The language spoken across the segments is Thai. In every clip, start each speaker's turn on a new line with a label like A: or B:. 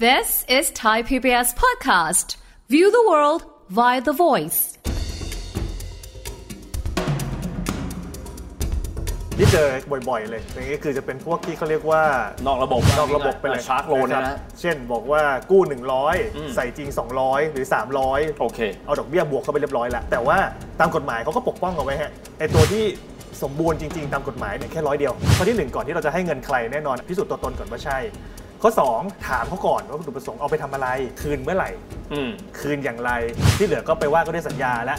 A: This is Thai PBS Podcast. View the world via the voice.
B: ที่เจอบ่อยๆเลยอย่างนี้คือจะเป็นพวกที่เขาเรียกว่าน
C: อกระบบ
B: นอกระบบไปเลย
C: ชาร์กโล
B: ค
C: นนะ
B: รับ
C: ฮะ
B: เช่นบอกว่ากู้ 100 ใส่จริง 200 หรือ 300
C: โอเค
B: เอาดอกเบี้ยบวกเข้าไปเรียบร้อยแล้ว แต่ว่าตามกฎหมายเขาก็ปกป้องเอาไว้ฮะไอตัวที่สมบูรณ์จริง ๆ ตามกฎหมายเนี่ยแค่ร้อยเดียวข้อทีหนึ่งก่อนที่เราจะให้เงินใครแน่นอนพิสูจน์ตัวตนก่อนว่าใช่ ข้อสองถามเขาก่อนว่าวัตถุประสงค์เอาไปทำอะไร คืนเมื่อไหร่
C: อืม
B: คืนอย่างไร ที่เหลือก็ไปว่าก็ด้วยสัญญาแล้ว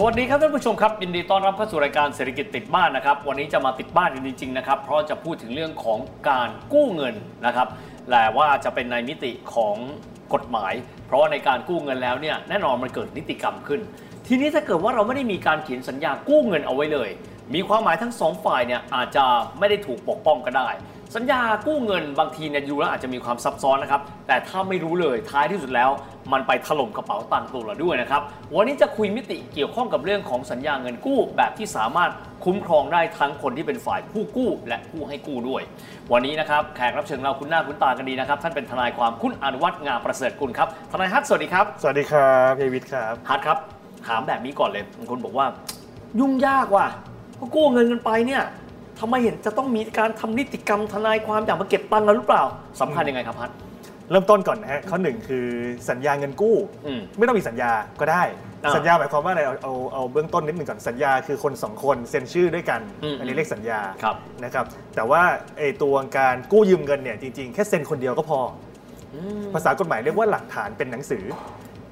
C: สวัสดีครับท่านผู้ชมครับยินดีต้อนรับเข้าสู่รายการเศรษฐกิจติดบ้านนะครับ วันนี้จะมาติดบ้านกันจริงๆนะครับ เพราะจะพูดถึงเรื่องของการกู้เงินนะครับแต่ว่าจะเป็นในมิติของกฎหมาย เพราะว่าในการกู้เงินแล้วเนี่ยแน่นอนมันเกิดนิติกรรมขึ้น ทีนี้ถ้าเกิดว่าเราไม่ได้มีการเขียนสัญญากู้เงินเอาไว้เลย มีความหมายทั้งสองฝ่ายเนี่ยอาจจะไม่ได้ถูกปกป้องก็ได้ สัญญากู้เงินบางทีเนี่ยดูแล้วอาจจะมีความซับซ้อนนะครับ แต่ถ้าไม่รู้เลยท้ายที่สุดแล้ว มันไปถล่มกระเป๋าตังค์ตัวเราด้วยนะครับ วันนี้จะคุยมิติเกี่ยวข้องกับเรื่องของสัญญาเงินกู้ แบบที่สามารถคุ้มครองได้ทั้งคนที่เป็นฝ่ายผู้กู้ และผู้ให้กู้ด้วย วันนี้นะครับแขกรับเชิญเราคุณหน้าคุณตากันดีนะครับท่านเป็นทนายความคุณอนุวัฒน์งามประเสริฐกุลครับทนายฮัทสวัสดีครับ
B: สวัสดีครับเฮวิทครับ
C: ฮาร์ดครับถามแบบนี้ก่อนเลยบางคนบอกว่า ยุ่งยากว่ะก็กู้เงินกันไปเนี่ยทำไมเห็นจะต้องมีการทำนิติกรรมทนายความอย่างมาเก็บตังค์กันหรือเปล่าสำคัญยังไงครับพัด
B: เริ่มต้นก่อนนะฮะข้อหนึ่งคือสัญญาเงินกู้
C: อืม
B: ไม่ต้องมีสัญญาก็ได้
C: อ่า
B: สัญญาหมายความว่าอะไรเอาเอาเอาเบื้องต้นนิดหนึ่งก่อนสัญญาคือคนสองคนเซ็นชื่อด้วยกัน
C: อืม
B: นนี้เรียกสัญญา
C: ครับ
B: นะครับแต่ว่าไอตัวการกู้ยืมเงินเนี่ยจริงๆ แค่เซ็นคนเดียวก็พออภาษากฎหมายเรียกว่าหลักฐานเป็นหนังสือ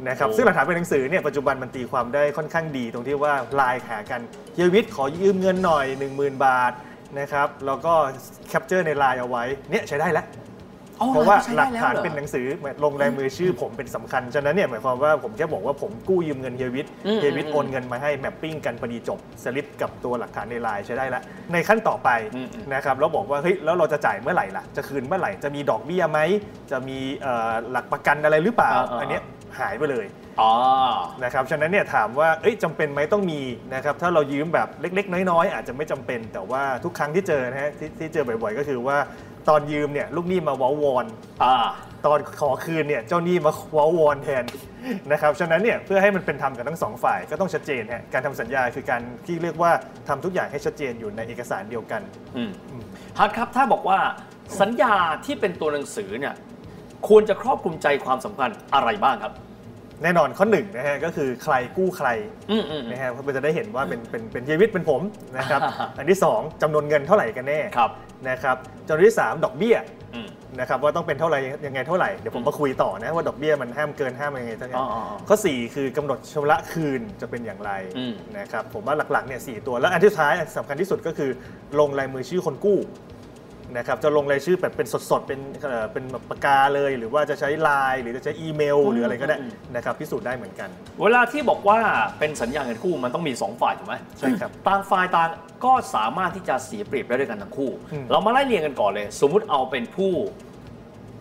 B: นะครับ
C: โอ้
B: ซึ่งหลักฐานเป็นหนังสือเนี่ยปัจจุบันมันตีความได้ค่อนข้างดี ตรงที่ว่าไลายหากันเฮียวิทย์ขอยืมเงินหน่อย 10,000 บาทนะครับแล้วก็แคปเจอร์ในไลน์เอาไว้เนี่ยใช้ได้แล้ว เพราะว่าหลักฐานเป็นหนังสือเหมือนลงลายมือชื่อผมเป็นสำคัญ ฉะนั้นเนี่ยหมายความว่าผมแค่บอกว่าผมกู้ยืมเงินเฮียวิทย์
C: อืม
B: เฮียวิทย์
C: อืม
B: โอนเงินมาให้แมปปิ้งกันพอดีจบสลิปกับตัวหลักฐานในไลน์ใช้ได้ละในขั้นต่อไป
C: อืมอืม
B: นะครับแล้วบอกว่าเฮ้ยแล้วเราจะจ่ายเมื่อไหร่ล่ะ จะคืนเมื่อไหร่จะมีดอกเบี้ยไหมจะมีเอ่อหลักประกันอะไรหรือเปล่าอันเนี้ยหายไปเลย
C: อ๋อ
B: นะครับ ฉะนั้นเนี่ยถามว่าเอ้ยจำเป็นไหมต้องมีนะครับ ถ้าเรายืมแบบเล็ก ๆ น้อย ๆ อาจจะไม่จำเป็น แต่ว่าทุกครั้งที่เจอนะฮะที่ที่เจอบ่อยๆ ก็คือว่าตอนยืมเนี่ยลูกหนี้มาเว้าวอน
C: อ่า
B: ตอนขอคืนเนี่ยเจ้าหนี้มาเว้าวอนแทนนะครับ ฉะนั้นเนี่ยเพื่อให้มันเป็นธรรมกับทั้งสองฝ่ายก็ต้องชัดเจนฮะ การทำสัญญาคือการที่เรียกว่าทำทุกอย่างให้ชัดเจนอยู่ในเอกสารเดียวกัน
C: อืมฮัทครับถ้าบอกว่าสัญญาที่เป็นตัวหนังสือเนี่ยควรจะครอบคลุมใจความสำคัญอะไรบ้างครับ
B: แน่นอนข้อหนึ่งนะฮะก็คือใครกู้ใคร
C: อืมอืม
B: นะฮะเพื่อจะได้เห็นว่าเป็นเป็นเป็นเฮียวิทย์เป็นผมนะครับ
C: อ่า
B: อันที่ 2จำนวนเงินเท่าไหร่กันแน่
C: ครับ
B: นะครับจำนวนที่ 3 ดอกเบี้ย
C: อืม
B: นะครับว่าต้องเป็นเท่าไหร่ยังไงเท่าไหร่ เดี๋ยวผมมาคุยต่อนะว่าดอกเบี้ยมันห้ามเกินห้ามยังไงเท่าไหร่
C: อ๋ออ๋ออ๋อ
B: ข้อ 4 คือกำหนดชำระคืนจะเป็นอย่างไร
C: อืม
B: นะครับผมว่าหลักๆเนี่ยสตัวแล้วอันที่สุดท้ายอันสำคัญที่สุดก็คือลงลายมือชื่อคนกู้นะครับจะลงรายชื่อแบบเป็นสดๆเป็นเอ่อเป็นแบบปากกาเลย หรือว่าจะใช้ไลน์หรือจะใช้อีเมล หรืออะไรก็ได้นะครับพิสูจน์ได้เหมือนกัน
C: เวลาที่บอกว่าเป็นสัญญาเงินกู้มันต้องมี 2 ฝ่ายถูกไหม
B: ใช่ครับ
C: ต่างฝ่ายต่างก็สามารถที่จะเสียเปรียบได้ด้วยกันทั้งคู่
B: อืม
C: เรามาไล่เรียงกันก่อนเลย สมมุติเอาเป็นผู้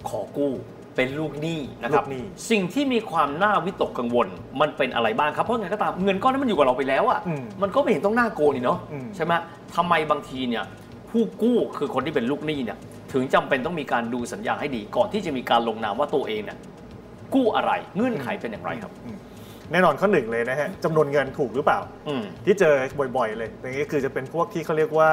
C: ขอกู้เป็นลูกหนี้นะครับ สิ่งที่มีความน่าวิตกกังวล มันเป็นอะไรบ้างครับ เพราะไงก็ตามเงินก้อนนั้นมันอยู่กับเราไปแล้วอะ่ะ
B: อืม
C: มันก็ไม่เห็นต้องน่าโกงนี่เนาะ
B: อืม
C: ใช่ไหมทำไมบางทีเนี่ยผู้กู้คือคนที่เป็นลูกหนี้เนี่ยถึงจำเป็นต้องมีการดูสัญญาให้ดีก่อนที่จะมีการลงนามว่าตัวเองเนี่ยกู้อะไรเงื่อนไขเป็นอย่างไรครับ
B: อืมแน่นอนข้อหนึ่งเลยนะฮะจำนวนเงินถูกหรือเปล่า
C: อืม
B: ที่เจอบ่อยๆ เลยอย่างนี้คือจะเป็นพวกที่เขาเรียกว่า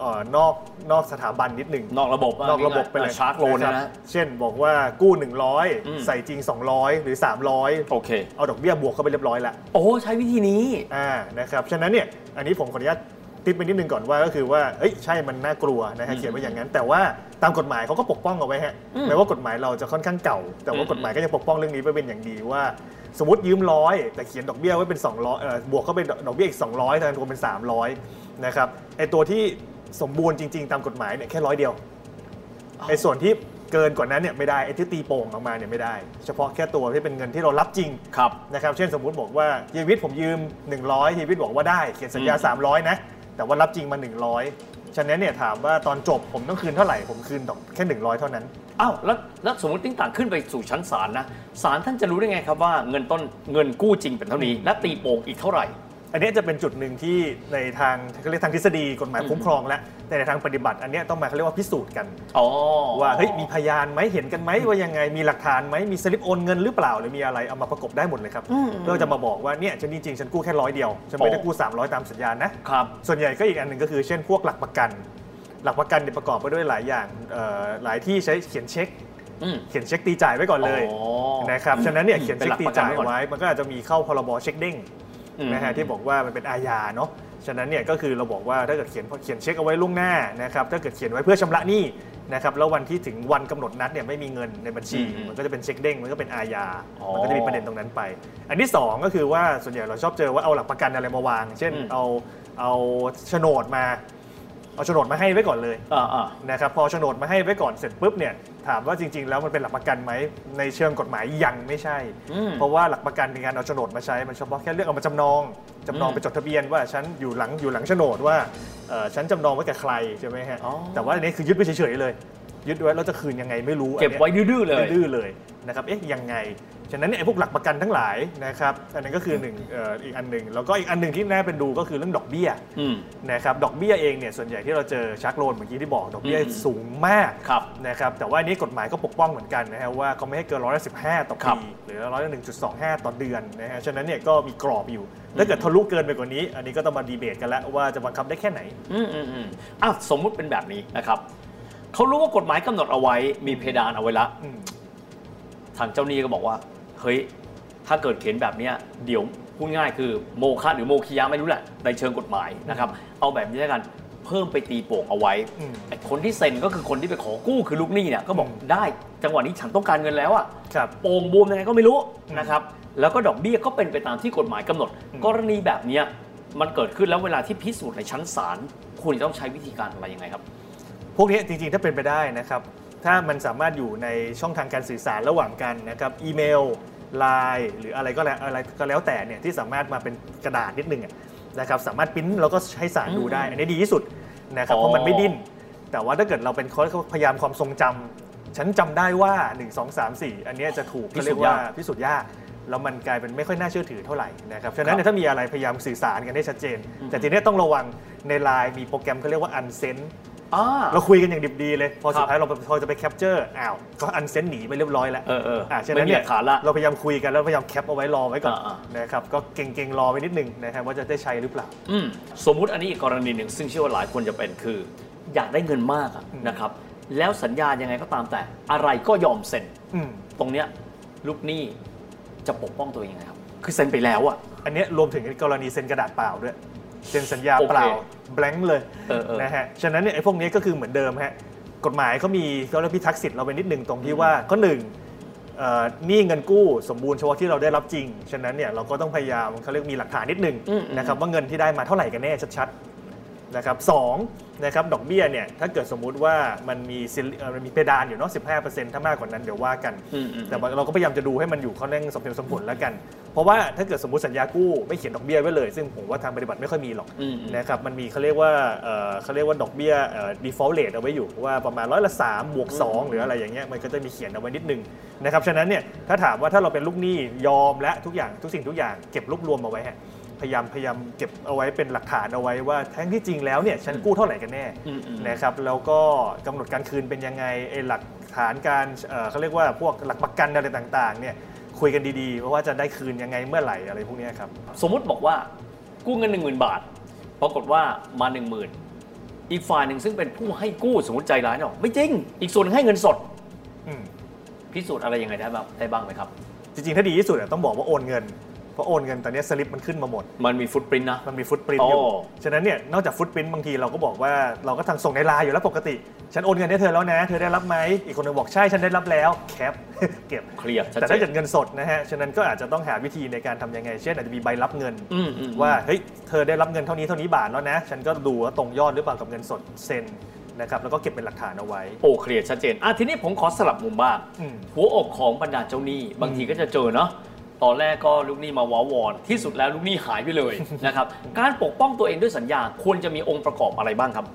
B: เอ่อนอกนอกสถาบันนิดหนึ่ง
C: นอกระบบว่าน
B: อกระบบไปเลย
C: ชาร์จโลน
B: ค
C: นะ
B: บ
C: ฮะ
B: เช่นบอกว่ากู้
C: อืม
B: 100 ใส่จริง 200 หรือ 300
C: โอเค
B: เอาดอกเบี้ยบวกเข้าไปเรียบร้อยแล้ว
C: โอ้ ใช้วิธีนี้
B: อ่านะครับฉะนั้นเนี่ยอันนี้ผมขออนุญาตติดไปนิดนึงก่อนว่าก็คือว่าเอ้ยใช่มันน่ากลัวนะฮะ
C: อืม
B: เขียนไว้อย่างนั้น แต่ว่าตามกฎหมายเขาก็ปกป้องเอาไว้ฮะ
C: อืม
B: แม้ว่ากฎหมายเราจะค่อนข้างเก่า แต่ว่า
C: อืม
B: กฎหมายก็ยังปกป้องเรื่องนี้ไปเป็นอย่างดีว่า สมมติยืมร้อยแต่เขียนดอกเบี้ยไว้เป็น 200เอ่อบวกเข้าไปดอกเบี้ยอีก 200แทนรวมเป็น 300นะครับไอตัวที่สมบูรณ์จริง ๆ ตามกฎหมายเนี่ยแค่ร้อยเดียวไอส่วนที่เกินกว่านั้นเนี่ยไม่ได้ไอที่ตีโป่งออกมาเนี่ยไม่ได้ เฉพาะแค่ตัวที่เป็นเงินที่เรารับจริง
C: ครับ
B: นะครับเช่นสมมุติบอกว่าเฮียวิทย์ผมยืม 100เฮียวิทย์บอกว่าได้ เขียนสัญญา
C: อืม
B: 300 นะ แต่ว่ารับจริงมา 100 ฉะนั้นเนี่ยถามว่าตอนจบผมต้องคืนเท่าไหร่ผมคืนดอกแค่ 100 เท่านั้น
C: อ้าวแล้วแล้วสมมติติ้งต่างขึ้นไปสู่ชั้นศาลนะศาลท่านจะรู้ได้ไงครับว่าเงินต้นเงินกู้จริงเป็นเท่านี้ และตีโป่งอีกเท่าไหร่
B: อันเนี้ยจะเป็นจุดหนึ่งที่ในทางเขาเรียกทางทฤษฎีกฎหมายคุ้มครองแล้วแต่ในทางปฏิบัติ อันเนี้ยต้องมาเขาเรียกว่าพิสูจน์กัน
C: อ๋อ
B: ว่าเฮ้ยมีพยานไหมเห็นกันไหมว่ายังไงมีหลักฐานไหมมีสลิปโอนเงินหรือเปล่าหรือมีอะไรเอามาประกบได้หมดเลยครับก็จะมาบอกว่าเนี่ยฉันจริงๆฉันกู้แค่ร้อยเดียวฉันไม่ได้กู้ 300 ตามสัญญานะครับ ส่วนใหญ่ก็อีกอันหนึ่งก็คือเช่นพวกหลักประกัน หลักประกันเนี่ยประกอบไปด้วยหลายอย่างเอ่อหลายที่ใช้เขียนเช็ค
C: อืม
B: เขียนเช็คตีจ่ายไว้ก่อนเลย
C: อ๋อ
B: นะครับฉะนั้นเนี่ยเขียนเช็คตีจ่าย
C: เป็นหลักประกันไว้ก่
B: ไว้ มันก็อาจจะมีเข้าพรบเช็คเด้ง
C: อืม
B: นะฮะที่บอกว่ามันเป็นอาญาเนาะฉะนั้นเนี่ยก็คือเราบอกว่าถ้าเกิดเขียนเขียนเช็คเอาไว้ล่วงหน้านะครับถ้าเกิดเขียนไว้เพื่อชำระหนี้นะครับแล้ววันที่ถึงวันกำหนดนัดเนี่ยไม่มีเงินในบัญชี มันก็จะเป็นเช็คเด้งมันก็เป็นอาญามันก็จะมีประเด็นตรงนั้นไป อันที่สองก็คือว่าส่วนใหญ่เราชอบเจอว่าเอาหลักประกันอะไรมาวาง เช่น เอาเอาโฉนดมาเอาโฉนดมาให้ไว้ก่อนเลย
C: อ่าอ่า
B: นะครับพอโฉนดมาให้ไว้ก่อนเสร็จปุ๊บเนี่ยถามว่าจริง ๆ แล้วมันเป็นหลักประกันไหมในเชิงกฎหมายยังไม่ใช่
C: อืม
B: เพราะว่าหลักประกันในการเอาโฉนดมาใช้มันเฉพาะแค่เรื่องเอามาจำนองจำนอง
C: อืม
B: ไปจดทะเบียนว่าฉันอยู่หลังอยู่หลังโฉนดว่าเอ่อฉันจำนองไว้กับใครใช่ไหมฮะ
C: อ๋อ
B: แต่ว่าอันนี้คือยึดไว้เฉยๆเลย ยึดไว้แล้วจะคืนยังไงไม่รู้อัน
C: เก็บ
B: นี้ย
C: ไว้ดื้อๆเลย
B: ดื้อเลยนะครับ เอ๊ะ ยังไง ฉะนั้นเนี่ยไอ้พวกหลักประกันทั้งหลายนะครับ อันนั้นก็คือหนึ่งเอ่ออีกอันหนึ่งแล้วก็อีกอันหนึ่งที่น่าเป็นดูก็คือเรื่องดอกเบี้ย
C: อืม
B: นะครับ ดอกเบี้ยเองเนี่ยส่วนใหญ่ที่เราเจอชักโลนเมื่อกี้ที่บอกดอกเบี้ย
C: อืม
B: สูงมาก
C: ครับ
B: นะครับ แต่ว่าอันนี้กฎหมายก็ปกป้องเหมือนกันนะฮะว่าเขาไม่ให้เกินร้อยละสิบห้าต่อ
C: ครับ
B: ปีหรือร้อยละหนึ่งจุดสองห้าต่อเดือนนะฮะ ฉะนั้นเนี่ยก็มีกรอบอยู่ ถ้าเกิดทะลุเกินไปกว่านี้ อันนี้ก็ต้องมาดีเบตกันแล้วว่าจะบังคับได้แค่ไหน
C: อืมอืมอืมอ้าวสมมุติเป็นแบบนี้นะครับเขารู้ว่ากฎหมายกำหนดเอาไว้มีเพดานเอาไว้ละ
B: อืม
C: ทางเจ้าหนี้ก็บอกว่า เฮ้ย ถ้าเกิดเขียนแบบเนี้ยเดี๋ยวพูดง่ายคือโมฆะหรือโมคียะไม่รู้แหละในเชิงกฎหมายนะครับ เอาแบบนี้แล้วกันเพิ่มไปตีโป่งเอาไว้
B: อืม
C: ไอ้คนที่เซ็นก็คือคนที่ไปขอกู้คือลูกหนี้เนี่ยก็บอก
B: อืม
C: ได้จังหวะนี้ฉันต้องการเงินแล้วอะ
B: ครับ
C: โป่งบวมยังไงก็ไม่รู้นะครับ แล้วก็ดอกเบี้ยก็เป็นไปตามที่กฎหมายกำหนด
B: อืม
C: กรณีแบบเนี้ยมันเกิดขึ้นแล้วเวลาที่พิสูจน์ในชั้นศาลควรจะต้องใช้วิธีการอะไรยังไงครับ
B: พวกนี้จริงๆ ถ้าเป็นไปได้นะครับ ถ้ามันสามารถอยู่ในช่องทางการสื่อสารระหว่างกันนะครับ อีเมล ไลน์หรืออะไรก็แล้วอะไรก็แล้วแต่เนี่ยที่สามารถมาเป็นกระดาษนิดนึงอะนะครับสามารถปริ้นแล้วก็ให้สารดูได้ อันนี้ดีที่สุดนะครับ
C: อ๋อ
B: เพราะมันไม่ดิ้น แต่ว่าถ้าเกิดเราเป็นเขาพยายามความทรงจำฉันจำได้ว่า 1 2 3 4 อันเนี้ยจะถูกเขาเรียกว่าพิสูจน์ยากแล้วมันกลายเป็นไม่ค่อยน่าเชื่อถือเท่าไหร่นะครับฉะนั้นเนี่ยถ้ามีอะไรพยายามสื่อสารกันให้ชัดเจน แต่ทีเนี้ยต้องระวังในไลน์มีโปรแกรมเขาเรียกว่า Unsend
C: อ่า
B: เราคุยกันอย่างดิบดีเลย พอ
C: ครั
B: สุ
C: บ
B: ดท้ายเราไปพอจะไปแคปเจอร์อ้าวก็อันเซนหนีไปเรียบร้อยแล้ว
C: เออเอออ่
B: ะฉะนั้นเนี่
C: ไม่มีหลั
B: ย
C: กฐานละ
B: เราพยายามคุยกันแล้วพยายามแคปเอาไว้รอไว้ก่อน
C: อ่า
B: นะครับก็เก่งๆ รอไว้นิดนึงนะครับว่าจะได้ใช้หรือเปล่า
C: อืมสมมุติอันนี้อีกกรณีหนึ่งซึ่งเชื่อว่าหลายคนจะเป็นคือ อยากได้เงินมากอะ
B: อืม
C: นะครับแล้วสัญญายังไงก็ตามแต่อะไรก็ยอมเซ็น
B: อืม
C: ตรงเนี้ยลูกหนี้จะปกป้องตัวเองยังไงครับคือเซ็นไปแล้วอะ
B: อันเนี้ยรวมถึงกรณีเซ็นกระดาษเปล่าด้วยเซ็นสัญญาเปล่า
C: โอเค
B: blank เลย
C: เออเออ
B: นะฮะฉะนั้นเนี่ยไอ้พวกเนี้ยก็คือเหมือนเดิมฮะกฎหมายเขามีเขาเรียกพิทักษ์สิทธิ์เราไปนิดนึงตรงที่ว่าข้อหนึ่งเอ่อหนี้เงินกู้สมบูรณ์เฉพาะที่เราได้รับจริงฉะนั้นเนี่ยเราก็ต้องพยายามเขาเรียกมีหลักฐานนิดนึง
C: อืมอืม
B: นะครับว่าเงินที่ได้มาเท่าไหร่กันแน่ชัดๆ นะครับสองนะครับดอกเบี้ยเนี่ยถ้าเกิดสมมุติว่ามันมีซิลิเอ่อมันมีเพดานอยู่เนาะสิถ้ามากกว่านั้นเดี๋ยวว่ากัน
C: อืมอืม
B: แต่ว่าเราก็พยายามจะดูให้มันอยู่ข้อเร่งสมเหตุสมผลแล้วกัน เพราะว่าถ้าเกิดสมมติสัญญากู้ไม่เขียนดอกเบี้ยไว้เลย ซึ่งผมว่าทางปฏิบัติไม่ค่อยมีหรอก
C: อืมอืม
B: นะครับมันมีเขาเรียกว่าเอ่อเขาเรียกว่าดอกเบี้ยเอ่อ default rate เอาไว้อยู่ว่าประมาณร้อยละสามบวกสองหรืออะไรอย่างเงี้ยมันก็จะมีเขียนเอาไว้นิดนึงนะครับฉะนั้นเนี่ยถ้าถามว่าถ้าเราเป็นลูกหนี้ยอมและทุกอย่างทุกสิ่งทุกอย่างเก็บรวบรวมเอาไว้ฮะพยายามพยายามเก็บเอาไว้เป็นหลักฐานเอาไว้ว่าแท้งที่จริงแล้วเนี่ยฉันกู้เท่าไหร่กันแน่
C: อืมอืม
B: นะครับแล้วก็กำหนดการคืนเป็นยังไงไอ้หลักฐานการเอ่อเขาเรียกว่าพวกหลักประกันอะไรต่างๆเนี่ยคุยกันดีๆ ว่าจะได้คืนยังไงเมื่อไหร่อะไรพวกเนี้ยครับ
C: สมมุติบอกว่ากู้เงิน 1 0,000 บาท ปรากฏว่ามา 1 0,000 อีกฝ่ายหนึ่งซึ่งเป็นผู้ให้กู้สมมติใจร้ายเนาะไม่จริง อีกส่วนหนึ่งให้เงินสด
B: อืม
C: พิสูจน์อะไรยังไงได้บ้างได้บ้างไหมครับ
B: จริงๆ ถ้าดีที่สุดอะต้องบอกว่าโอนเงิน เพราะโอนเงินตอนเนี้ยสลิปมันขึ้นมาหมด
C: มันมีฟุตปรินนะ
B: มันมีฟุตปรินต์อยู่
C: อ๋อ
B: ฉะนั้นเนี่ยนอกจากฟุตปรินต์บางทีเราก็บอกว่าเราก็ทางส่งในไลน์อยู่แล้วปกติ ฉันโอนเงินให้เธอแล้วนะ เธอได้รับไหมอีกคนหนึงบอกใช่ฉันได้รับแล้วแคป เก็บ
C: เคลียร์ชัดเจน
B: แต่ถ้าเกิดเงินสดนะฮะฉะนั้นก็อาจจะต้องหาวิธีในการทำยังไง เช่นอาจจะมีใบรับเงิน
C: อืมอืม
B: ว่าเฮ้ยเธอได้รับเงินเท่านี้เท่านี้บาทแล้วนะฉันก็ดูว่าตรงยอดหรือเปล่ากับเงินสดเซ็นนะครับแล้วก็เก็บเป็นหลักฐานเอาไว้
C: โอเคลียร์ชัดเจนอ่ะทีนี้ผมขอสลับมุมบ้าง
B: อืม
C: หัวอกของบรรดาเจ้าหนี้ บางทีก็จะเจอเนาะตอนแรกก็ลูกหนี้มาว้าวอน ที่สุด แล้วลูกหนี้หายไปเลย นะครับการปกป้องตัวเองด้วยสัญญาควรจะมีองค์ประกอบอะไรบ้างครับ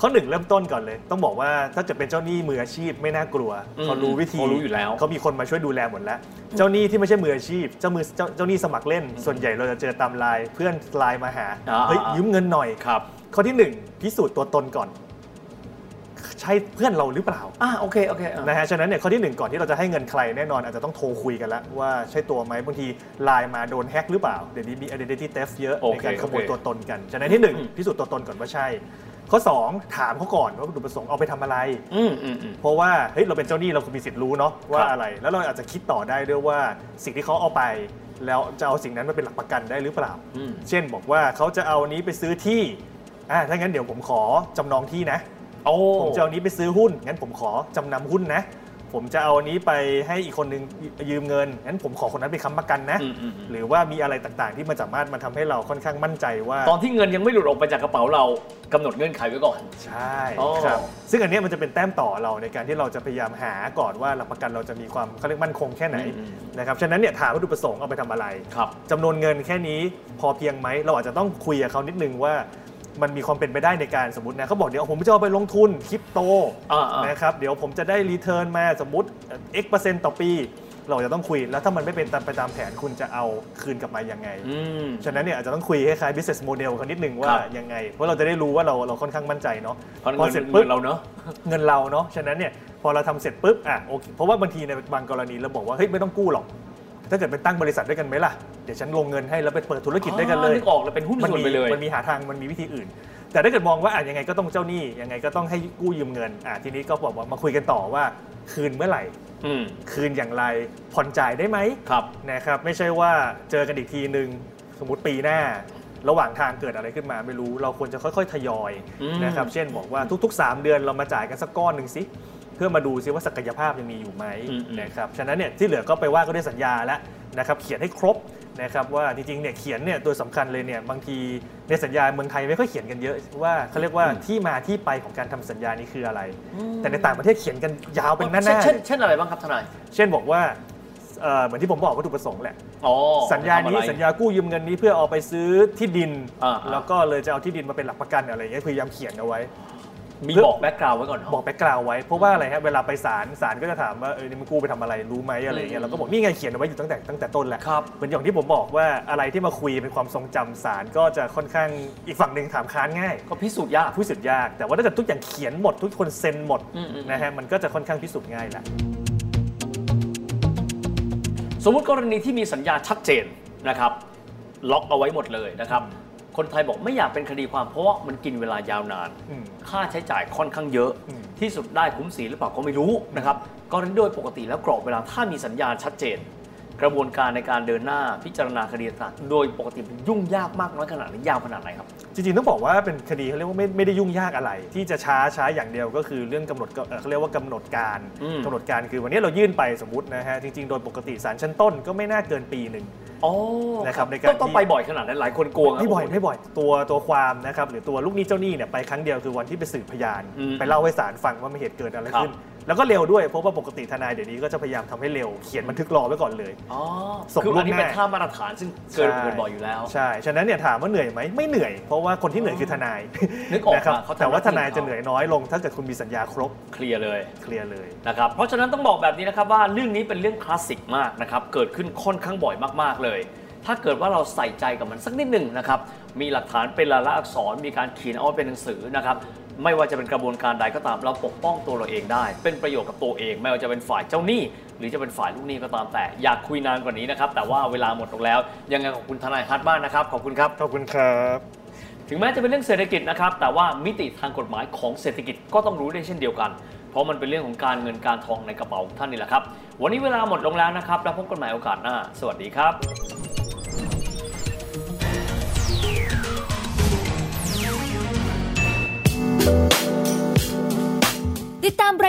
B: ข้อหนึ่งเริ่มต้นก่อนเลย ต้องบอกว่าถ้าเกิดเป็นเจ้าหนี้มืออาชีพไม่น่ากลัว
C: อืม
B: เขารู้วิธี
C: เขารู้อยู่แล้ว
B: เขามีคนมาช่วยดูแลหมดแล้ว เจ้าหนี้ที่ไม่ใช่มืออาชีพ เจ้ามือเจ้าเจ้าหนี้สมัครเล่น ส่วนใหญ่เราจะเจอตามไลน์เพื่อนไลน์มาหาเฮ้ยยืมเงินหน่อย
C: ครับ
B: ข้อที่หนึ่งพิสูจน์ตัวตนก่อน ใช่เพื่อนเราหรือเปล่า
C: อ่าโอเคโอเคอ่ะ
B: นะฮะ ฉะนั้นเนี่ยข้อที่หนึ่งก่อนที่เราจะให้เงินใครแน่นอนอาจจะต้องโทรคุยกันแล้วว่าใช่ตัวไหมบางทีไลน์มาโดนแฮ็กหรือเปล่า เดี๋ยวนี้มี identity theft เยอะ
C: โอ
B: ใน
C: เค
B: การขโมย
C: โอเค
B: ตัวตนกัน ฉะนั้นที่หนึ่ง
C: อืม
B: พิสูจน์ตัวตนก่อนว่าใช่ ข้อสองถามเขาก่อนว่าวัตถุประสงค์เอาไปทำอะไร
C: อืมอืมอืม
B: เพราะว่าเฮ้ยเราเป็นเจ้าหนี้เราคงมีสิทธิ์รู้เนาะว่า
C: ครับ
B: อะไร แล้วเราอาจจะคิดต่อได้ด้วยว่าสิ่งที่เขาเอาไป แล้วจะเอาสิ่งนั้นมาเป็นหลักประกันได้หรือเปล่า
C: อืม
B: เช่นบอกว่าเขาจะเอาอันนี้ไปซื้อที่อ่าถ้างั้นเดี๋ยวผมขอจำนองที่นะ
C: โอ้
B: ผมจะเอาอันนี้ไปซื้อหุ้น งั้นผมขอจำนำหุ้นนะ ผมจะเอาอันนี้ไปให้อีกคนนึงยืมเงิน งั้นผมขอคนนั้นไปค้ำประกันนะ
C: อืมอืมอืม
B: หรือว่ามีอะไรต่างๆ ที่มันสามารถมันทำให้เราค่อนข้างมั่นใจว่า
C: ตอนที่เงินยังไม่หลุดออกไปจากกระเป๋าเรากำหนดเงื่อนไขไว้ก่อน
B: ใช่
C: อ๋อ
B: ครับ ซึ่งอันเนี้ยมันจะเป็นแต้มต่อเราในการที่เราจะพยายามหาก่อนว่าหลักประกันเราจะมีความเขาเรียกมั่นคงแค่ไหน
C: อืม
B: นะครับ ฉะนั้นเนี่ยถามวัตถุประสงค์เอาไปทำอะไร
C: ครับ
B: จำนวนเงินแค่นี้พอเพียงไหม เราอาจจะต้องคุยกับเขานิดนึงว่า มันมีความเป็นไปได้ในการสมมตินะเขาบอกเดี๋ยวผมจะเอาไปลงทุนคริปโต
C: อ่าๆ
B: นะครับเดี๋ยวผมจะได้รีเทิร์นมาสมมติ x เปอร์เซ็นต์ต่อปี เราจะต้องคุยแล้วถ้ามันไม่เป็นตามไปตามแผนคุณจะเอาคืนกลับมายังไง ฉะนั้นเนี่ยอาจจะต้องคุยคล้ายๆ business model เขานิดนึงว่า
C: ครับ
B: ยังไง เพราะเราจะได้รู้ว่าเราเราค่อนข้างมั่นใจเนาะ
C: เพราะ
B: พอ
C: เงิน
B: เสร็จ
C: เงิ
B: ปุ๊บ
C: นเราเนอะ
B: เงินเราเนาะ ฉะนั้นเนี่ยพอเราทำเสร็จปุ๊บอ่ะโอเคเพราะว่าบางทีในบางกรณีเราบอกว่าเฮ้ยไม่ต้องกู้หรอก ถ้าเกิดไปตั้งบริษัทด้วยกันไหมล่ะ เดี๋ยวฉันลงเงินให้แล้วไปเปิดธุรกิจด้วยกันเลย
C: อ๋อนึกออกเลยเป็นหุ้นส่วน
B: มี
C: ไปเลย
B: มันมีหาทางมันมีวิธีอื่น แต่ถ้าเกิดมองว่าอ่ะยังไงก็ต้องเจ้าหนี้ยังไงก็ต้องให้กู้ยืมเงินอ่ะทีนี้ก็บอกว่ามาคุยกันต่อว่า คืนเมื่อไหร่
C: อืม
B: คืนอย่างไรผ่อนจ่ายได้ไหม
C: ครับ
B: นะครับไม่ใช่ว่าเจอกันอีกทีหนึ่งสมมติปีหน้า ระหว่างทางเกิดอะไรขึ้นมาไม่รู้ เราควรจะค่อยๆทยอย
C: อืม
B: นะครับ เช่นบอกว่าทุก ๆ 3 เดือนเรามาจ่ายกันสักก้อนหนึ่งสิ เพื่อมาดูซิว่าศักยภาพยังมีอยู่ไหม
C: อืมอืม
B: นะครับฉะนั้นเนี่ยที่เหลือก็ไปว่าก็ด้วยสัญญาแล้วนะครับเขียนให้ครบนะครับว่าจริงๆเนี่ยเขียนเนี่ยตัวสำคัญเลยเนี่ยบางทีในสัญญาเมืองไทยไม่ค่อยเขียนกันเยอะว่าเขาเรียกว่าที่มาที่ไปของการทำสัญญานี้คืออะไร แต่ในต่างประเทศเขียนกันยาวเป็นหน้าๆ
C: ช่
B: เลย
C: เช่นเช่นอะไรบ้างครับทนาย
B: เช่นบอกว่าเอ่อเหมือนที่ผมบอกวัตถุประสงค์แหละ
C: อ๋อ
B: สัญญานี้
C: ทำอะไร
B: สัญญากู้ยืมเงินนี้เพื่อเอาไปซื้อที่ดิน
C: อ่าๆ
B: แล้วก็เลยจะเอาที่ดินมาเป็นหลักประกันอะไรอย่างเงี้ยพยายามเขียนเอาไว้
C: มีบอกแบ็กกราวไว้ก่อนเนอะ
B: บอกแบ็กกราวไว้ เพราะว่าอะไรฮะเวลาไปศาลศาลก็จะถามว่าเออนี่มันกู้ไปทำอะไรรู้ไหมอะไรอย่างเงี้ย
C: อืม
B: เราก็บอกนี่ไงเขียนเอาไว้อยู่ตั้งแต่ตั้งแต่ต้นแหละ
C: ครับ
B: เหมือนอย่างที่ผมบอกว่าอะไรที่มาคุยเป็นความทรงจำศาลก็จะค่อนข้างอีกฝั่งหนึ่งถามค้านง่าย
C: ก็พิสูจน์ยาก
B: ผู้สุดยาก แต่ว่าถ้าเกิดทุกอย่างเขียนหมดทุกคนเซ็นหมด
C: อืมๆ
B: นะฮะมันก็จะค่อนข้างพิสูจน์ง่ายแหละ
C: สมมติกรณีที่มีสัญญาชัดเจนนะครับล็อกเอาไว้หมดเลยนะครับคนไทยบอกไม่อยากเป็นคดีความเพราะว่ามันกินเวลายาวนาน
B: อืม
C: ค่าใช้จ่ายค่อนข้างเยอะ
B: อืม
C: ที่สุดได้คุ้มเสียหรือเปล่าก็ไม่รู้นะครับกรณีโดยปกติแล้วกรอบเวลาถ้ามีสัญญาชัดเจน กระบวนการในการเดินหน้าพิจารณาคดีต่างๆโดยปกติมันยุ่งยากมากน้อยขนาดไหนยาวขนาดไหนครับ
B: จริงๆต้องบอกว่าเป็นคดีเขาเรียกว่าไม่ไม่ได้ยุ่งยากอะไร ที่จะช้าช้าอย่างเดียวก็คือเรื่องกำหนดก็เอ่อเขาเรียกว่ากำหนดการ
C: อืม
B: กำหนดการคือวันนี้เรายื่นไปสมมตินะฮะจริงๆโดยปกติศาลชั้นต้นก็ไม่น่าเกินปีหนึ่ง
C: อ๋อ
B: นะครับในการ
C: ต้องต้อง
B: ที่
C: ไปบ่อยขนาดนั้นหลายคนกลัวครั
B: ไม่บ่อยไม่บ่อยตัวตัวความนะครับหรือตัวลูกหนี้เจ้าหนี้เนี่ยไปครั้งเดียวคือวันที่ไปสืบพยาน
C: อืม
B: ไปเล่าให้ศาลฟังว่ามันเหตุเกิดอะไรขึ้น
C: ครับ
B: แล้วก็เร็วด้วยเพราะว่าปกติทนายเดี๋ยวนี้ก็จะพยายามทำให้เร็วเขียนบันทึกรอไว้ก่อนเลย
C: อ๋อ
B: ส่ง
C: คืออันนี้
B: ล่วงหน้า
C: เป็นค่ามาตรฐานซึ่งเกินเกินบ่อยอยู่แล้ว
B: ใช่ฉะนั้นเนี่ยถามว่าเหนื่อยไหมไม่เหนื่อยเพราะว่าคนที่เหนื่อยคือทนาย
C: นึ กออก
B: นะครับ
C: อะเขาทำ
B: แต่ว่า
C: ห
B: ท
C: น้า
B: นาย
C: ที่
B: จะ
C: เขา
B: เหนื่อยน้อยลง ถ้าเกิดคุณมีสัญญาครบ
C: เคลียร์เลย
B: เคลียร์เลย
C: นะครับเพราะฉะนั้นต้องบอกแบบนี้นะครับว่าเรื่องนี้เป็นเรื่องคลาสสิกมากนะครับเกิดขึ้นค่อนข้างบ่อยมากๆเลย ถ้าเกิดว่าเราใส่ใจกับมันสักนิดหนึ่งนะครับมีหลักฐานเป็นลายลักษณ์อักษรมีการเขียนเอาไว้เป็นหนังสือนะครับไม่ว่าจะเป็นกระบวนการใดก็ตามเราปกป้องตัวเราเองได้ เป็นประโยชน์กับตัวเอง ไม่ว่าจะเป็นฝ่ายเจ้าหนี้ หรือจะเป็นฝ่ายลูกหนี้ก็ตามแต่ อยากคุยนานกว่านี้นะครับแต่ว่าเวลาหมดลงแล้ว ยังไงขอบคุณทนายฮัทมากนะครับขอบคุณครับ
B: ขอบคุณครับ
C: ถึงแม้จะเป็นเรื่องเศรษฐกิจนะครับ แต่ว่ามิติทางกฎหมายของเศรษฐกิจก็ต้องรู้ได้เช่นเดียวกัน เพราะมันเป็นเรื่องของการเงินการทองในกระเป๋าของท่านนี่แหละครับ วันนี้เวลาหมดลงแล้วนะครับ แล้วพบกันใหม่โอกาสหน้า สวัสดีครับ
D: ติดตามร